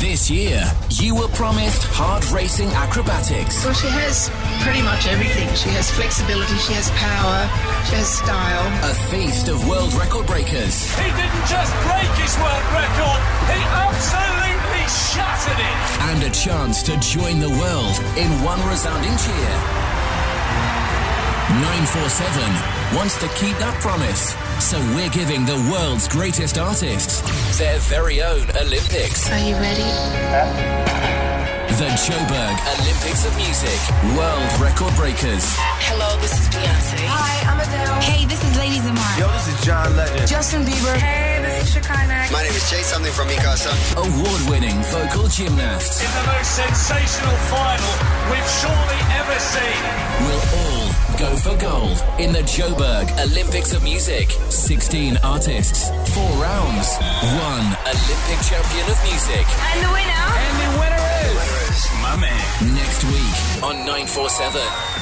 This year, you were promised hard racing acrobatics. Well, she has pretty much everything. She has flexibility, she has power, she has style. A feast of world record breakers He didn't just break his world record, he absolutely shattered it. and a chance to join the world in one resounding cheer. 947 wants to keep that promise, so we're giving the world's greatest artists their very own Olympics. Are you ready? The Joburg Olympics of Music World Record Breakers. Hello, this is Beyonce. Hi, I'm Adele. Hey, this is Lady Zamar. Yo, this is John Legend. Justin Bieber. Hey, this is Shekinah. My name is Jay something from Mikasa. Award winning vocal gymnasts In the most sensational final we've surely ever seen. will all go for gold in the Joburg Olympics of Music. 16 artists, 4 rounds, 1 Olympic champion of music. And the winner. Next week on 947.